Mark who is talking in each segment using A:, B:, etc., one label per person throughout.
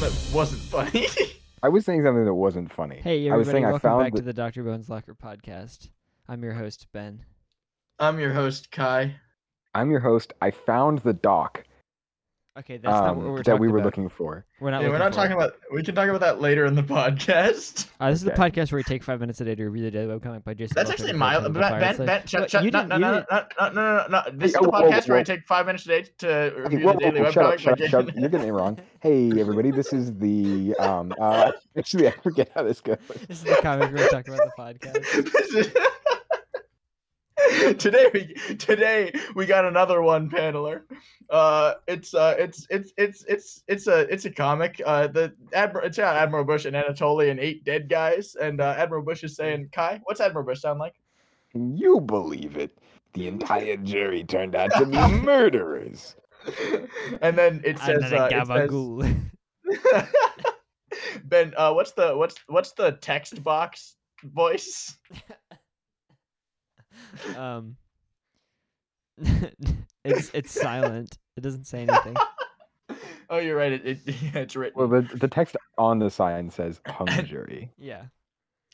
A: that wasn't funny.
B: I was saying something that wasn't funny.
C: Hey,
B: I was
C: everybody,
B: saying I
C: welcome
B: found
C: back
B: the-
C: to the Dr. Bones Locker podcast. I'm your host, Ben.
A: I'm your host, Kai.
B: I'm your host. I found the doc
C: Okay, that's not
B: um,
C: what we're
B: that
C: talking
B: we were
C: about.
B: looking for.
C: We're not
A: yeah, we're
C: looking
A: not
C: for
A: talking
C: it.
A: about. We can talk about that later in the podcast.
C: Uh, this is the
B: Okay.
C: podcast where we take five minutes a day to review the daily webcomic by Jason.
A: That's
C: Walter
A: actually
C: before
A: my.
C: turning
A: Ben,
C: the fire.
A: Ben,
C: It's like-
A: Ben, shut,
C: Look,
A: shut,
C: you
A: no,
C: didn't-
A: no,
C: you
A: no,
C: didn't-
A: no, no, no, no, no. This is
B: Hey,
A: the
B: whoa, whoa,
A: podcast where I
B: whoa.
A: take five minutes a day to
B: Hey,
A: review
B: whoa,
A: the
B: whoa,
A: daily
B: whoa, shut up,
A: webcomic. by
B: shut up, shut up.
A: Jason.
B: You're getting it wrong. Hey, everybody, this is the. um uh Actually, I forget how this goes.
C: This is the comic where we talk about the podcast.
A: This is- today we today we got another one paneler. Uh, it's uh, it's it's it's it's it's a it's a comic. Uh, the Admiral it's about Admiral Bush and Anatoly and eight dead guys. And uh, Admiral Bush is saying, "Kai, what's Admiral Bush sound like?"
B: Can you believe it? The entire jury turned out to be murderers.
A: and then it says, uh, it says
C: gabagool.
A: Ben, uh, what's the what's what's the text box voice?
C: um, it's it's silent. It doesn't say anything.
A: Oh, you're right. It, it it's written.
B: Well, the the text on the sign says hung jury
C: Yeah.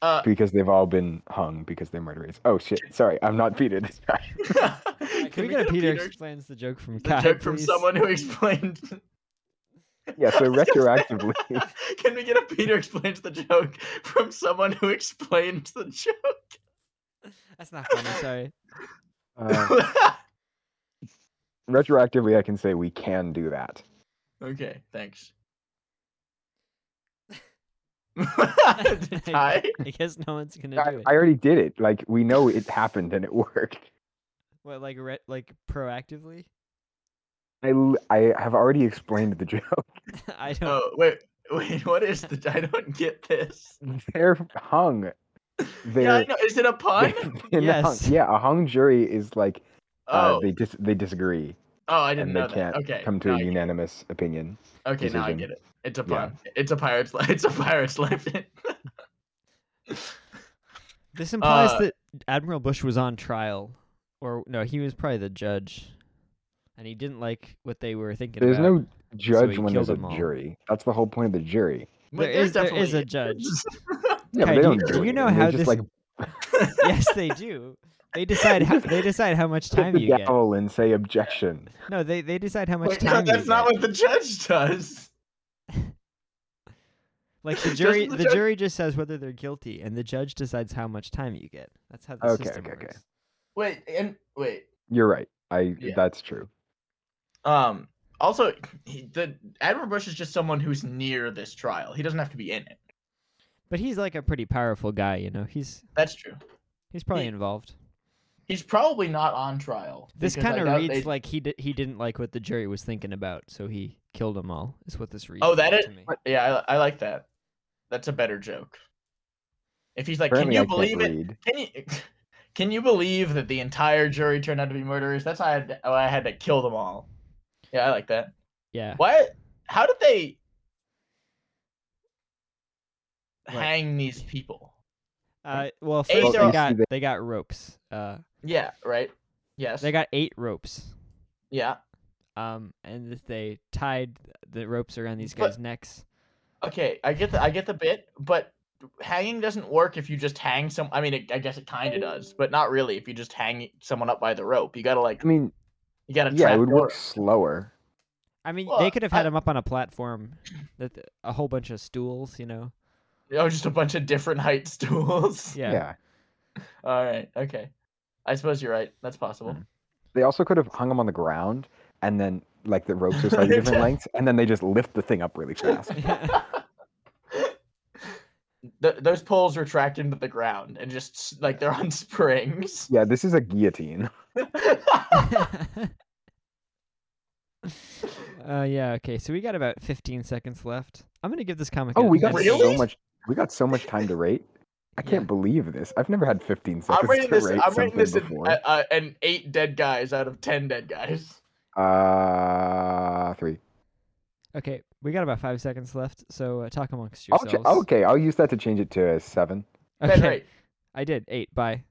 A: Uh,
B: because they've all been hung because they're murderers. Oh shit! Sorry, I'm not Peter this time.
C: Uh,
A: can,
C: Can we get a Peter, explains the joke from
A: the
C: Kai,
A: joke from
C: please?
A: someone who explained.
B: Yeah, so
A: I was gonna say-
B: retroactively.
A: Can we get a Peter explains the joke from someone who explained the joke?
C: That's not funny. Sorry.
B: uh, retroactively, I can say we can do that.
A: okay, thanks.
C: I,
A: Hi.
C: I guess no one's gonna
B: I,
C: do it.
B: I already did it. Like we know it happened and it worked.
C: what like re- like proactively?
B: I l- I have already explained the joke.
C: I don't.
A: Oh wait, wait. What is the? I don't get this.
B: They're hung. They're.
A: yeah, I know. Is it a pun?
B: they've been hung.
C: Yes.
B: Yeah, a hung jury is like
A: Oh,
B: uh, they dis- they disagree
A: oh, I didn't
B: and they
A: know that.
B: can't
A: Okay,
B: come to
A: now
B: a
A: I-
B: unanimous opinion.
A: Okay, now I
B: decision.
A: get it. It's a
B: Yeah.
A: pun. It's a pirate's. li- It's a pirate's life.
C: This implies
A: Uh,
C: that Admiral Bush was on trial, or no, he was probably the judge, and he didn't like what they were thinking.
B: There's
C: about.
B: no judge
C: he
B: when
C: killed
B: there's a
C: them all.
B: jury. That's the whole point of the jury.
C: There is there is a judge.
B: Yeah,
C: Okay,
B: but they
C: do
B: don't
C: you- do
B: do,
C: you
B: anything.
C: know
B: They
C: how
B: just
C: this-
B: like
C: yes, they do. They decide how they decide how much
B: put
C: time
B: the
C: you get.
B: gavel and say objection.
C: No, they they decide how much
A: Wait, no,
C: time you
A: that's
C: get.
A: not what the judge does.
C: like the
A: Doesn't
C: jury,
A: the
C: the,
A: judge-
C: jury just says whether they're guilty, and the judge decides how much time you get. That's how the
B: Okay,
C: system
B: okay, okay.
C: works.
A: Wait, and wait.
B: You're right. I
A: Yeah.
B: that's true.
A: Um. Also, he, the Admiral Bush is just someone who's near this trial. He doesn't have to be in it.
C: But he's like a pretty powerful guy, you know. He's
A: That's true.
C: he's probably
A: He-
C: involved.
A: He's probably not on trial.
C: This
A: because I
C: kind of
A: doubt
C: reads
A: they-
C: like he di- he didn't like what the jury was thinking about, so he killed them all. Is what this reads.
A: Oh, that
C: like
A: is-
C: to me.
A: Yeah, I, I like that. That's a better joke. If he's like,
B: Apparently,
A: "Can
B: I
A: you believe
B: can't
A: it?
B: read.
A: Can you can you believe that the entire jury turned out to be murderers? That's why I had to, why I had to kill them all. Yeah, I like that.
C: Yeah.
A: Why? How did they
C: What?
A: hang these people?
C: Uh, well,
A: Eight
C: first
A: are-
C: they
A: you
C: got
B: see they-
C: they got ropes. Uh,
A: Yeah, right. Yes.
C: they got eight ropes.
A: yeah.
C: Um, and th- they tied the ropes around these
A: But-
C: guys' necks.
A: Okay, I get the I get the bit, but hanging doesn't work if you just hang some. I mean, it, I guess it kind of does, but not really. If you just hang someone up by the rope, you gotta like
B: I mean,
A: you gotta
B: yeah, it
A: trap
B: would
A: door
B: work slower.
C: I mean,
A: Well,
C: they could have had
A: I-
C: him up on a platform, that th- a whole bunch of stools, you know.
A: Oh, just a bunch of different height stools.
C: Yeah.
A: All right. Okay. I suppose you're right. That's possible.
B: Hmm. They also could have hung them on the ground and then like the ropes are slightly different lengths, and then they just lift the thing up really fast.
A: Th- those poles retract into the ground and just s- like they're on springs.
B: Yeah, this is a guillotine.
C: uh, yeah. Okay. So we got about 15 seconds left. I'm gonna give this comic.
B: Oh,
C: a-
B: we got
C: an
A: Really?
B: so much. We got so much time to rate. I can't
C: Yeah.
B: believe this. I've never had 15 seconds
A: I'm rating
B: to
A: this.
B: rate
A: I'm rating
B: something
A: this an,
B: before.
A: uh, uh, an eight dead guys out of ten dead guys.
B: Uh, three.
C: Okay, we got about five seconds left, so uh, talk amongst
B: I'll ch-
C: yourselves.
B: okay, I'll use that to change it to a seven.
A: Ben,
C: Okay,
A: right.
C: I did eight. Bye.